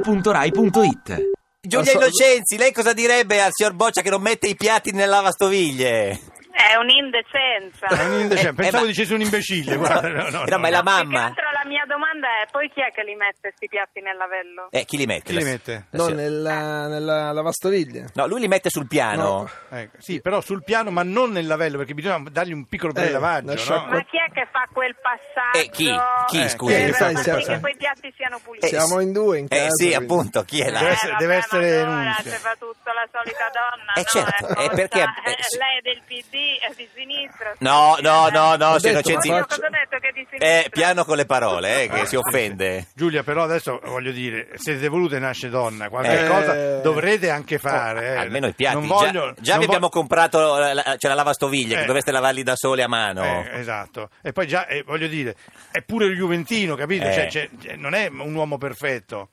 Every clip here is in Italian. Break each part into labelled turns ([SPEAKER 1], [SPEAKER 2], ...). [SPEAKER 1] radio2pod.rai.it
[SPEAKER 2] Giulia
[SPEAKER 3] Non so-
[SPEAKER 2] Innocenzi, lei cosa direbbe al signor Boccia che non mette i piatti nel lavastoviglie?
[SPEAKER 4] È un'indecenza.
[SPEAKER 3] È un'indecen-
[SPEAKER 2] Eh,
[SPEAKER 3] Pensavo
[SPEAKER 2] eh, ma-
[SPEAKER 3] dicesse un imbecille. guarda, no, no,
[SPEAKER 2] Eh, No, ma è la
[SPEAKER 3] no.
[SPEAKER 4] Più che
[SPEAKER 2] mamma.
[SPEAKER 4] altro la mia domanda è poi chi è che li mette questi piatti nel lavello?
[SPEAKER 2] Eh, chi li mette?
[SPEAKER 3] Chi li mette?
[SPEAKER 2] La
[SPEAKER 5] No,
[SPEAKER 2] signora-
[SPEAKER 5] nella, nella lavastoviglie.
[SPEAKER 2] No, lui li mette sul piano.
[SPEAKER 5] No.
[SPEAKER 2] Eh,
[SPEAKER 3] Ecco, sì, però sul piano, ma non nel lavello, perché bisogna dargli un piccolo
[SPEAKER 5] Eh,
[SPEAKER 3] prelavaggio.
[SPEAKER 5] la
[SPEAKER 3] no?
[SPEAKER 5] sciacqua-
[SPEAKER 4] Ma chi è che fa quel passaggio?
[SPEAKER 2] Eh, chi? Chi,
[SPEAKER 3] Eh,
[SPEAKER 2] scusi?
[SPEAKER 3] chi
[SPEAKER 4] Per
[SPEAKER 3] fa
[SPEAKER 4] far
[SPEAKER 3] quel
[SPEAKER 4] sì
[SPEAKER 3] passaggio?
[SPEAKER 4] che quei piatti siano puliti.
[SPEAKER 2] Eh,
[SPEAKER 5] Siamo in due in casa.
[SPEAKER 2] Eh sì,
[SPEAKER 5] quindi.
[SPEAKER 2] appunto, chi è la...
[SPEAKER 3] Deve
[SPEAKER 4] Eh,
[SPEAKER 3] essere- deve
[SPEAKER 4] vabbè, ma
[SPEAKER 3] essere
[SPEAKER 4] allora
[SPEAKER 3] Nunzia.
[SPEAKER 4] se fa tutto la solita donna,
[SPEAKER 2] Eh,
[SPEAKER 4] no?
[SPEAKER 2] certo,
[SPEAKER 4] È
[SPEAKER 2] eh,
[SPEAKER 4] forza-
[SPEAKER 2] perché-
[SPEAKER 4] eh,
[SPEAKER 2] eh, sì.
[SPEAKER 4] lei è del PD, è di sinistra. eh.
[SPEAKER 2] No, no, no, no, signor
[SPEAKER 5] Ho detto,
[SPEAKER 2] Innocenzi.
[SPEAKER 5] ma
[SPEAKER 4] Io cosa ho detto che è di sinistra?
[SPEAKER 2] Eh, piano con le parole, eh,
[SPEAKER 3] Ah,
[SPEAKER 2] che si offende.
[SPEAKER 3] Giulia, però adesso voglio dire, se siete volute nasce donna, qualche
[SPEAKER 2] Eh. Oh,
[SPEAKER 3] cosa dovrete anche fare. eh.
[SPEAKER 2] Almeno i piatti.
[SPEAKER 3] Non
[SPEAKER 2] Già-
[SPEAKER 3] voglio-
[SPEAKER 2] già
[SPEAKER 3] non
[SPEAKER 2] vi abbiamo
[SPEAKER 3] voglio-
[SPEAKER 2] comprato la, la- cioè la lavastoviglie, che
[SPEAKER 3] Eh.
[SPEAKER 2] dovreste lavarli da sole a mano.
[SPEAKER 3] Eh, esatto. E poi già, eh, voglio dire, è pure il Juventino, capito?
[SPEAKER 2] Eh.
[SPEAKER 3] Cioè, c'è- c'è- non è un uomo perfetto.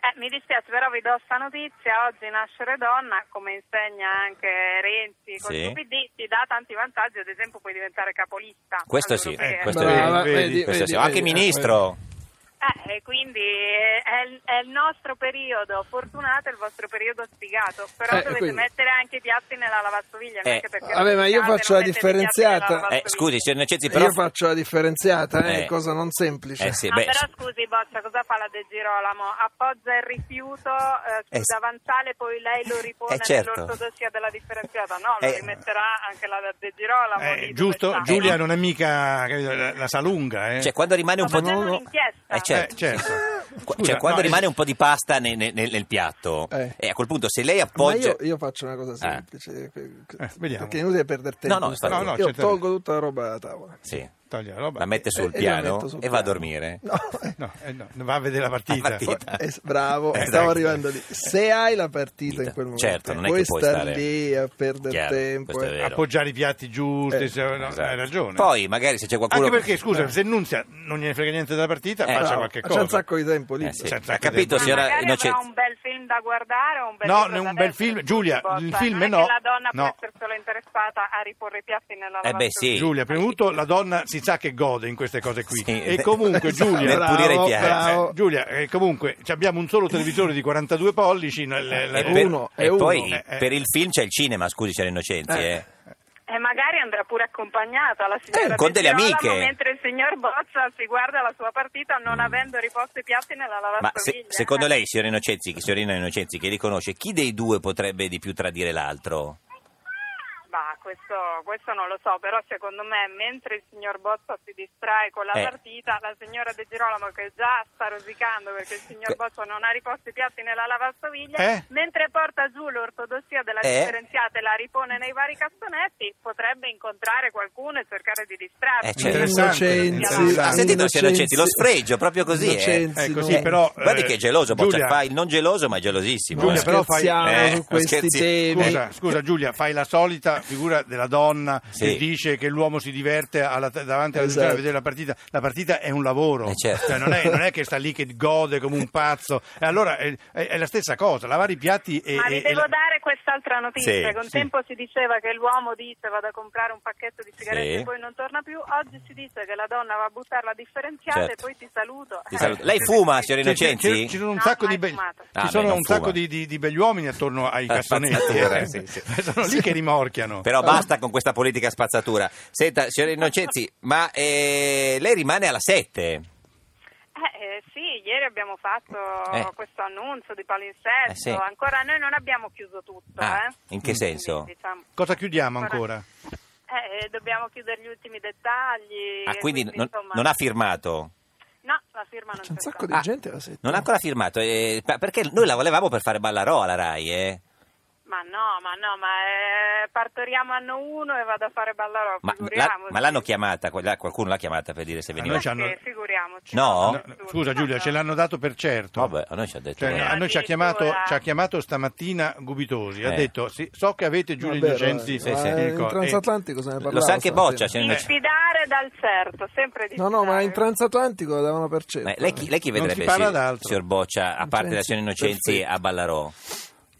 [SPEAKER 4] Eh, mi dispiace, però vi do sta notizia, oggi nascere donna, come insegna anche Renzi col
[SPEAKER 2] Sì.
[SPEAKER 4] suo PD, ti dà tanti vantaggi, ad esempio puoi diventare capolista.
[SPEAKER 2] Questo sì,
[SPEAKER 4] all'europea.
[SPEAKER 2] eh, questo
[SPEAKER 3] Brava,
[SPEAKER 2] è vero.
[SPEAKER 3] vedi, vedi,
[SPEAKER 2] Questo sì.
[SPEAKER 5] vedi,
[SPEAKER 2] Anche
[SPEAKER 5] vedi,
[SPEAKER 2] ministro.
[SPEAKER 4] Eh, e quindi eh, è, il- è il nostro periodo fortunato e il vostro periodo sfigato, però
[SPEAKER 5] Eh,
[SPEAKER 4] dovete
[SPEAKER 5] quindi-
[SPEAKER 4] mettere anche i piatti nella lavastoviglie,
[SPEAKER 2] Eh.
[SPEAKER 4] non è che perché
[SPEAKER 5] Vabbè, ma io
[SPEAKER 4] non
[SPEAKER 5] faccio la
[SPEAKER 4] mettete i piatti
[SPEAKER 5] differenziata.
[SPEAKER 4] nella lavastoviglie.
[SPEAKER 2] Eh, scusi, signor Innocenzi, però...
[SPEAKER 5] Io faccio la differenziata, eh,
[SPEAKER 2] Eh.
[SPEAKER 5] cosa non semplice.
[SPEAKER 2] Eh sì,
[SPEAKER 4] Ah,
[SPEAKER 2] beh,
[SPEAKER 4] però scusi Boccia, cosa fa la De Girolamo? Appoggia il rifiuto eh, sul
[SPEAKER 2] Eh, sì.
[SPEAKER 4] davanzale, poi lei lo ripone
[SPEAKER 2] Eh, certo.
[SPEAKER 4] nell'ortodossia della differenziata. No, lo
[SPEAKER 2] Eh.
[SPEAKER 4] rimetterà anche la De Girolamo.
[SPEAKER 3] Eh,
[SPEAKER 4] lì
[SPEAKER 3] giusto?
[SPEAKER 4] dove sta.
[SPEAKER 3] Giulia non è mica capito, la, la salunga, eh?
[SPEAKER 2] cioè, quando rimane un
[SPEAKER 4] Sto
[SPEAKER 2] po' di...
[SPEAKER 4] facendo un'inchiesta.
[SPEAKER 2] Eh, certo.
[SPEAKER 3] Eh, certo.
[SPEAKER 2] Qua-
[SPEAKER 3] Scusa,
[SPEAKER 2] cioè, quando
[SPEAKER 3] no,
[SPEAKER 2] rimane
[SPEAKER 3] eh,
[SPEAKER 2] un po' di pasta ne- ne- nel, nel piatto,
[SPEAKER 5] Eh.
[SPEAKER 2] e a quel punto se lei
[SPEAKER 5] Ma
[SPEAKER 2] appoggia...
[SPEAKER 5] io, io faccio una cosa semplice.
[SPEAKER 3] Eh, vediamo.
[SPEAKER 5] Perché è inutile perdere tempo.
[SPEAKER 2] No, no, sta-
[SPEAKER 3] No, no,
[SPEAKER 5] io
[SPEAKER 3] certo.
[SPEAKER 5] tolgo tutta la roba dalla tavola. Eh,
[SPEAKER 2] Sì,
[SPEAKER 3] togli la roba.
[SPEAKER 2] la mette sul
[SPEAKER 5] E- e la
[SPEAKER 2] piano
[SPEAKER 5] metto
[SPEAKER 2] e,
[SPEAKER 5] sul
[SPEAKER 2] va a
[SPEAKER 5] piano.
[SPEAKER 2] dormire.
[SPEAKER 5] No,
[SPEAKER 3] No, eh, no, va a vedere la partita.
[SPEAKER 2] La partita.
[SPEAKER 5] Eh, bravo,
[SPEAKER 2] Eh,
[SPEAKER 5] stavo
[SPEAKER 2] dai.
[SPEAKER 5] arrivando lì. Se hai la partita in quel momento,
[SPEAKER 2] Certo, non è che
[SPEAKER 5] puoi
[SPEAKER 2] puoi
[SPEAKER 5] star
[SPEAKER 2] stare-
[SPEAKER 5] lì a perdere
[SPEAKER 2] Chiaro,
[SPEAKER 5] tempo.
[SPEAKER 2] questo è
[SPEAKER 5] eh.
[SPEAKER 2] vero.
[SPEAKER 3] Appoggiare i piatti giusti,
[SPEAKER 5] Eh,
[SPEAKER 3] se- no,
[SPEAKER 2] Esatto.
[SPEAKER 3] hai ragione.
[SPEAKER 2] Poi magari se c'è qualcuno...
[SPEAKER 3] Anche perché, scusa, se Nunzia non gliene frega niente della partita,
[SPEAKER 2] Eh,
[SPEAKER 3] faccia
[SPEAKER 5] Bravo,
[SPEAKER 3] qualche
[SPEAKER 5] C'è
[SPEAKER 3] cosa.
[SPEAKER 5] un sacco di tempo lì. certo,
[SPEAKER 2] Eh, sì.
[SPEAKER 3] C'è
[SPEAKER 2] Ha
[SPEAKER 3] tanto
[SPEAKER 2] capito,
[SPEAKER 3] tempo.
[SPEAKER 4] Ma
[SPEAKER 2] signora
[SPEAKER 4] magari avrà
[SPEAKER 2] Innocenzi?
[SPEAKER 4] un bel film da guardare o un bel
[SPEAKER 3] No,
[SPEAKER 4] libro
[SPEAKER 3] un
[SPEAKER 4] da
[SPEAKER 3] bel
[SPEAKER 4] leggere,
[SPEAKER 3] film-
[SPEAKER 4] scusi,
[SPEAKER 3] Giulia,
[SPEAKER 4] Boccia.
[SPEAKER 3] il film
[SPEAKER 4] non
[SPEAKER 3] no.
[SPEAKER 4] È che la donna
[SPEAKER 3] No.
[SPEAKER 4] può essere solo interessata a riporre i piatti nella
[SPEAKER 2] Eh, beh, sì.
[SPEAKER 4] lavastoviglie.
[SPEAKER 3] Giulia, prima di tutto la donna si sa che gode in queste cose qui.
[SPEAKER 2] Sì.
[SPEAKER 3] E comunque,
[SPEAKER 5] Esatto,
[SPEAKER 3] Giulia,
[SPEAKER 2] Nel pulire i
[SPEAKER 5] bravo,
[SPEAKER 2] piatti.
[SPEAKER 5] bravo.
[SPEAKER 3] Giulia, eh, comunque ci abbiamo un solo televisore di 42 pollici. nel- nel-
[SPEAKER 2] E,
[SPEAKER 5] È
[SPEAKER 2] Eh, per-
[SPEAKER 5] uno, è
[SPEAKER 2] e poi
[SPEAKER 5] uno.
[SPEAKER 3] Eh, eh.
[SPEAKER 2] per il film c'è il cinema, scusi, c'è l'innocenzi.
[SPEAKER 5] Eh.
[SPEAKER 2] eh.
[SPEAKER 4] E magari andrà pure accompagnata la signora
[SPEAKER 2] Eh, con
[SPEAKER 4] De
[SPEAKER 2] delle
[SPEAKER 4] Girolamo,
[SPEAKER 2] amiche. Mm.
[SPEAKER 4] Mentre il signor Boccia si guarda la sua partita non avendo riposto i piatti nella
[SPEAKER 2] Ma se-
[SPEAKER 4] lavastoviglie.
[SPEAKER 2] secondo lei, signor Innocenzi, chi- signorina Innocenzi, che riconosce, chi dei due potrebbe di più tradire l'altro?
[SPEAKER 4] Bah, questo, questo non lo so, però secondo me mentre il signor Bozza si distrae con la
[SPEAKER 2] Eh.
[SPEAKER 4] partita, la signora De Girolamo che già sta rosicando perché il signor
[SPEAKER 2] Que-
[SPEAKER 4] Bozza non ha riposto i piatti nella lavastoviglie,
[SPEAKER 3] Eh?
[SPEAKER 4] mentre porta giù l'ortodossia della
[SPEAKER 2] Eh?
[SPEAKER 4] differenziata e la ripone nei vari cassonetti, potrebbe incontrare qualcuno e cercare di distrarsi.
[SPEAKER 2] Eh,
[SPEAKER 3] Cioè,
[SPEAKER 2] certo. Ah,
[SPEAKER 5] Innocenzi.
[SPEAKER 2] Ha sentito, signor Innocenzi, lo sfregio, proprio così. Eh?
[SPEAKER 5] Innocenzi,
[SPEAKER 3] Eh, così,
[SPEAKER 5] no.
[SPEAKER 3] però,
[SPEAKER 2] Guardi
[SPEAKER 3] eh,
[SPEAKER 2] che è geloso, Boccia,
[SPEAKER 3] Giulia-
[SPEAKER 2] fa il non geloso, ma è gelosissimo.
[SPEAKER 3] Giulia,
[SPEAKER 5] Non
[SPEAKER 2] eh.
[SPEAKER 3] però fai-
[SPEAKER 5] scherziamo
[SPEAKER 2] eh,
[SPEAKER 5] su questi
[SPEAKER 2] scherzi.
[SPEAKER 5] temi.
[SPEAKER 3] Scusa, scusa, Giulia, fai la solita figura della donna
[SPEAKER 2] Sì.
[SPEAKER 3] che dice che l'uomo si diverte alla- davanti alla
[SPEAKER 5] Esatto.
[SPEAKER 3] televisione a vedere la partita. La partita è un lavoro,
[SPEAKER 2] Eh, certo.
[SPEAKER 3] Cioè, non, è, non è che sta lì che gode come un pazzo. E allora è, è- è la stessa cosa, lavare i piatti e...
[SPEAKER 4] Ma vi
[SPEAKER 3] e-
[SPEAKER 4] devo
[SPEAKER 3] e la-
[SPEAKER 4] dare quest'altra notizia.
[SPEAKER 2] Sì,
[SPEAKER 4] che un
[SPEAKER 2] sì.
[SPEAKER 4] tempo si diceva che l'uomo dice vado a comprare un pacchetto di sigarette
[SPEAKER 2] Sì.
[SPEAKER 4] e poi non torna più. Oggi si dice che la donna va a buttare la differenziata
[SPEAKER 2] Certo.
[SPEAKER 4] e poi ti saluto.
[SPEAKER 2] Ti
[SPEAKER 4] Eh,
[SPEAKER 2] saluto.
[SPEAKER 4] sì,
[SPEAKER 2] Lei
[SPEAKER 4] sì,
[SPEAKER 2] fuma,
[SPEAKER 4] sì.
[SPEAKER 2] signor
[SPEAKER 3] Cioè, ci-
[SPEAKER 2] Innocenzi?
[SPEAKER 3] ci sono un
[SPEAKER 4] No,
[SPEAKER 3] sacco di
[SPEAKER 4] mai
[SPEAKER 3] be-
[SPEAKER 4] fumato.
[SPEAKER 2] Ah,
[SPEAKER 3] ci sono
[SPEAKER 2] beh, non
[SPEAKER 3] un sacco
[SPEAKER 2] fuma.
[SPEAKER 3] di, di- di begli uomini attorno ai
[SPEAKER 2] Ah,
[SPEAKER 3] cassonetti
[SPEAKER 2] spazzatura,
[SPEAKER 3] eh.
[SPEAKER 2] sì, sì.
[SPEAKER 3] sono lì che rimorchiano
[SPEAKER 2] Però basta con questa politica spazzatura. Senta, signor Innocenzi, ma eh, lei rimane alla 7?
[SPEAKER 4] Eh, eh, sì, ieri abbiamo fatto
[SPEAKER 2] Eh.
[SPEAKER 4] questo annuncio di palinsesto.
[SPEAKER 2] Eh, sì.
[SPEAKER 4] Ancora noi non abbiamo chiuso tutto.
[SPEAKER 2] Ah,
[SPEAKER 4] eh.
[SPEAKER 2] in che senso?
[SPEAKER 4] Quindi, diciamo,
[SPEAKER 3] cosa chiudiamo ancora?
[SPEAKER 4] eh, eh, dobbiamo chiudere gli ultimi dettagli.
[SPEAKER 2] Ah,
[SPEAKER 4] e
[SPEAKER 2] quindi
[SPEAKER 4] quindi,
[SPEAKER 2] non,
[SPEAKER 4] insomma-
[SPEAKER 2] non ha firmato?
[SPEAKER 4] No, la firma non
[SPEAKER 5] C'è un
[SPEAKER 4] c'è
[SPEAKER 5] sacco
[SPEAKER 4] stata.
[SPEAKER 5] di
[SPEAKER 2] Ah.
[SPEAKER 5] gente la sente.
[SPEAKER 2] Non ha ancora firmato? eh, pa- perché noi la volevamo per fare Ballarò alla RAI, eh?
[SPEAKER 4] Ma no, ma no, ma eh, partoriamo anno 1 e vado a fare Ballarò,
[SPEAKER 2] Ma, ma la-
[SPEAKER 4] figuriamoci.
[SPEAKER 2] ma l'hanno chiamata, quella- qualcuno l'ha chiamata per dire se
[SPEAKER 3] Ma
[SPEAKER 4] Ma
[SPEAKER 2] veniva.
[SPEAKER 3] noi ci hanno-
[SPEAKER 4] che, figuriamoci.
[SPEAKER 2] No?
[SPEAKER 3] No,
[SPEAKER 4] nessuno.
[SPEAKER 3] scusa Giulia,
[SPEAKER 4] No,
[SPEAKER 3] ce
[SPEAKER 4] no.
[SPEAKER 3] l'hanno dato per certo.
[SPEAKER 2] Vabbè, a noi ci ha detto.
[SPEAKER 3] Cioè,
[SPEAKER 2] eh.
[SPEAKER 3] a noi ci ha, chiamato,
[SPEAKER 4] addirittura.
[SPEAKER 3] ci ha chiamato stamattina Gubitosi, ha
[SPEAKER 2] Eh.
[SPEAKER 3] detto sì, so che avete Giulio
[SPEAKER 5] Vabbè,
[SPEAKER 3] Innocenzi
[SPEAKER 5] eh,
[SPEAKER 2] sì,
[SPEAKER 5] ma
[SPEAKER 2] sì.
[SPEAKER 5] in
[SPEAKER 3] Dico,
[SPEAKER 5] transatlantico
[SPEAKER 3] Eh,
[SPEAKER 5] se ne parlava
[SPEAKER 2] Lo sa anche
[SPEAKER 5] stamattina.
[SPEAKER 2] Boccia, ce ne-
[SPEAKER 4] Diffidare dal certo, sempre
[SPEAKER 5] No,
[SPEAKER 4] diffidare.
[SPEAKER 5] no, ma in transatlantico la davano per certo.
[SPEAKER 2] Ma lei, chi, lei chi
[SPEAKER 3] Non si
[SPEAKER 2] vedrebbe,
[SPEAKER 3] parla
[SPEAKER 2] sì,
[SPEAKER 3] d'altro.
[SPEAKER 2] signor Boccia, a parte la signora Innocenzi
[SPEAKER 5] Perfetto.
[SPEAKER 2] a Ballarò?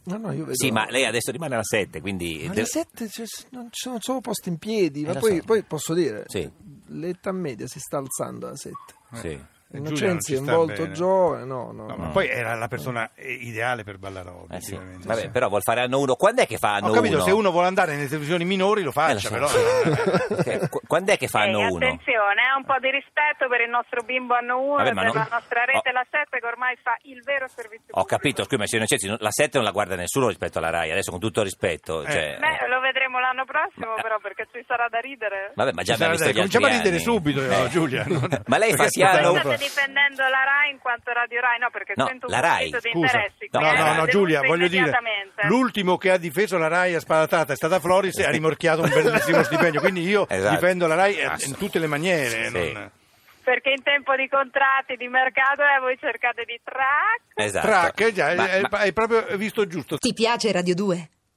[SPEAKER 5] No, no, io vedo...
[SPEAKER 2] Sì, ma lei adesso rimane alla 7, quindi...
[SPEAKER 5] Ma
[SPEAKER 2] de-
[SPEAKER 5] alle sette c'è- non ci sono solo posti in piedi, ma
[SPEAKER 2] Eh, lo
[SPEAKER 5] poi,
[SPEAKER 2] so.
[SPEAKER 5] poi posso dire,
[SPEAKER 2] Sì.
[SPEAKER 5] l'età media si sta alzando a sette.
[SPEAKER 2] Sì.
[SPEAKER 5] Innocenzi è
[SPEAKER 3] Eh, Giulia non ci
[SPEAKER 5] un
[SPEAKER 3] sta
[SPEAKER 5] volto
[SPEAKER 3] bene.
[SPEAKER 5] giovane, no, no.
[SPEAKER 3] No, ma poi era la persona eh, ideale per Ballarò.
[SPEAKER 2] Mm. Eh sì.
[SPEAKER 3] obiettivamente.
[SPEAKER 2] Vabbè,
[SPEAKER 3] Sì.
[SPEAKER 2] però vuol fare anno uno. Quando è che fa anno
[SPEAKER 3] Ho capito,
[SPEAKER 2] uno?
[SPEAKER 3] se uno vuole andare nelle televisioni minori lo
[SPEAKER 2] Eh,
[SPEAKER 3] faccia,
[SPEAKER 2] lo so.
[SPEAKER 3] però...
[SPEAKER 2] Ok, qu- Quando è che fa anno
[SPEAKER 4] Ehi,
[SPEAKER 2] uno?
[SPEAKER 4] attenzione, eh, un po' di rispetto per il nostro bimbo anno 1
[SPEAKER 2] Vabbè,
[SPEAKER 4] e
[SPEAKER 2] ma
[SPEAKER 4] per
[SPEAKER 2] no-
[SPEAKER 4] la nostra rete
[SPEAKER 2] Ho-
[SPEAKER 4] la 7 che ormai fa il vero servizio
[SPEAKER 2] Ho
[SPEAKER 4] pubblico.
[SPEAKER 2] capito, scusa, ma signor Innocenzi, non- la 7 non la guarda nessuno rispetto alla RAI, adesso con tutto rispetto.
[SPEAKER 3] Eh.
[SPEAKER 2] cioè,
[SPEAKER 4] Beh, lo vedremo l'anno
[SPEAKER 2] Ma-
[SPEAKER 4] prossimo però perché ci sarà da ridere.
[SPEAKER 2] Vabbè, ma già abbiamo visto
[SPEAKER 3] Dai,
[SPEAKER 2] gli altri
[SPEAKER 3] cominciamo a ridere
[SPEAKER 2] anni.
[SPEAKER 3] subito,
[SPEAKER 2] Eh.
[SPEAKER 3] eh, Giulia. non-
[SPEAKER 2] Ma lei fa
[SPEAKER 3] perché
[SPEAKER 2] sia-
[SPEAKER 4] Non
[SPEAKER 3] aspettavo-
[SPEAKER 4] state difendendo la RAI in quanto Radio RAI, no, perché
[SPEAKER 2] No,
[SPEAKER 4] sento un
[SPEAKER 2] la RAI.
[SPEAKER 4] conflitto di
[SPEAKER 3] Scusa.
[SPEAKER 4] interessi.
[SPEAKER 2] No,
[SPEAKER 3] No,
[SPEAKER 4] quindi
[SPEAKER 2] eh,
[SPEAKER 3] no, no,
[SPEAKER 4] la
[SPEAKER 3] Giulia,
[SPEAKER 4] denuncio
[SPEAKER 3] voglio dire,
[SPEAKER 4] immediatamente.
[SPEAKER 3] l'ultimo che ha difeso la RAI a sparatata è stata Floris e ha rimorchiato un bellissimo stipendio, quindi io
[SPEAKER 2] Esatto.
[SPEAKER 3] difendo la RAI eh,
[SPEAKER 2] Asso.
[SPEAKER 3] in tutte le maniere.
[SPEAKER 2] Sì. esatto.
[SPEAKER 3] non-
[SPEAKER 4] Perché in tempo di contratti, di mercato, eh, voi cercate di track.
[SPEAKER 2] Esatto.
[SPEAKER 3] Track, eh, già,
[SPEAKER 2] Ma-
[SPEAKER 3] è-
[SPEAKER 2] ma-
[SPEAKER 3] è proprio visto giusto.
[SPEAKER 1] Ti piace Radio 2?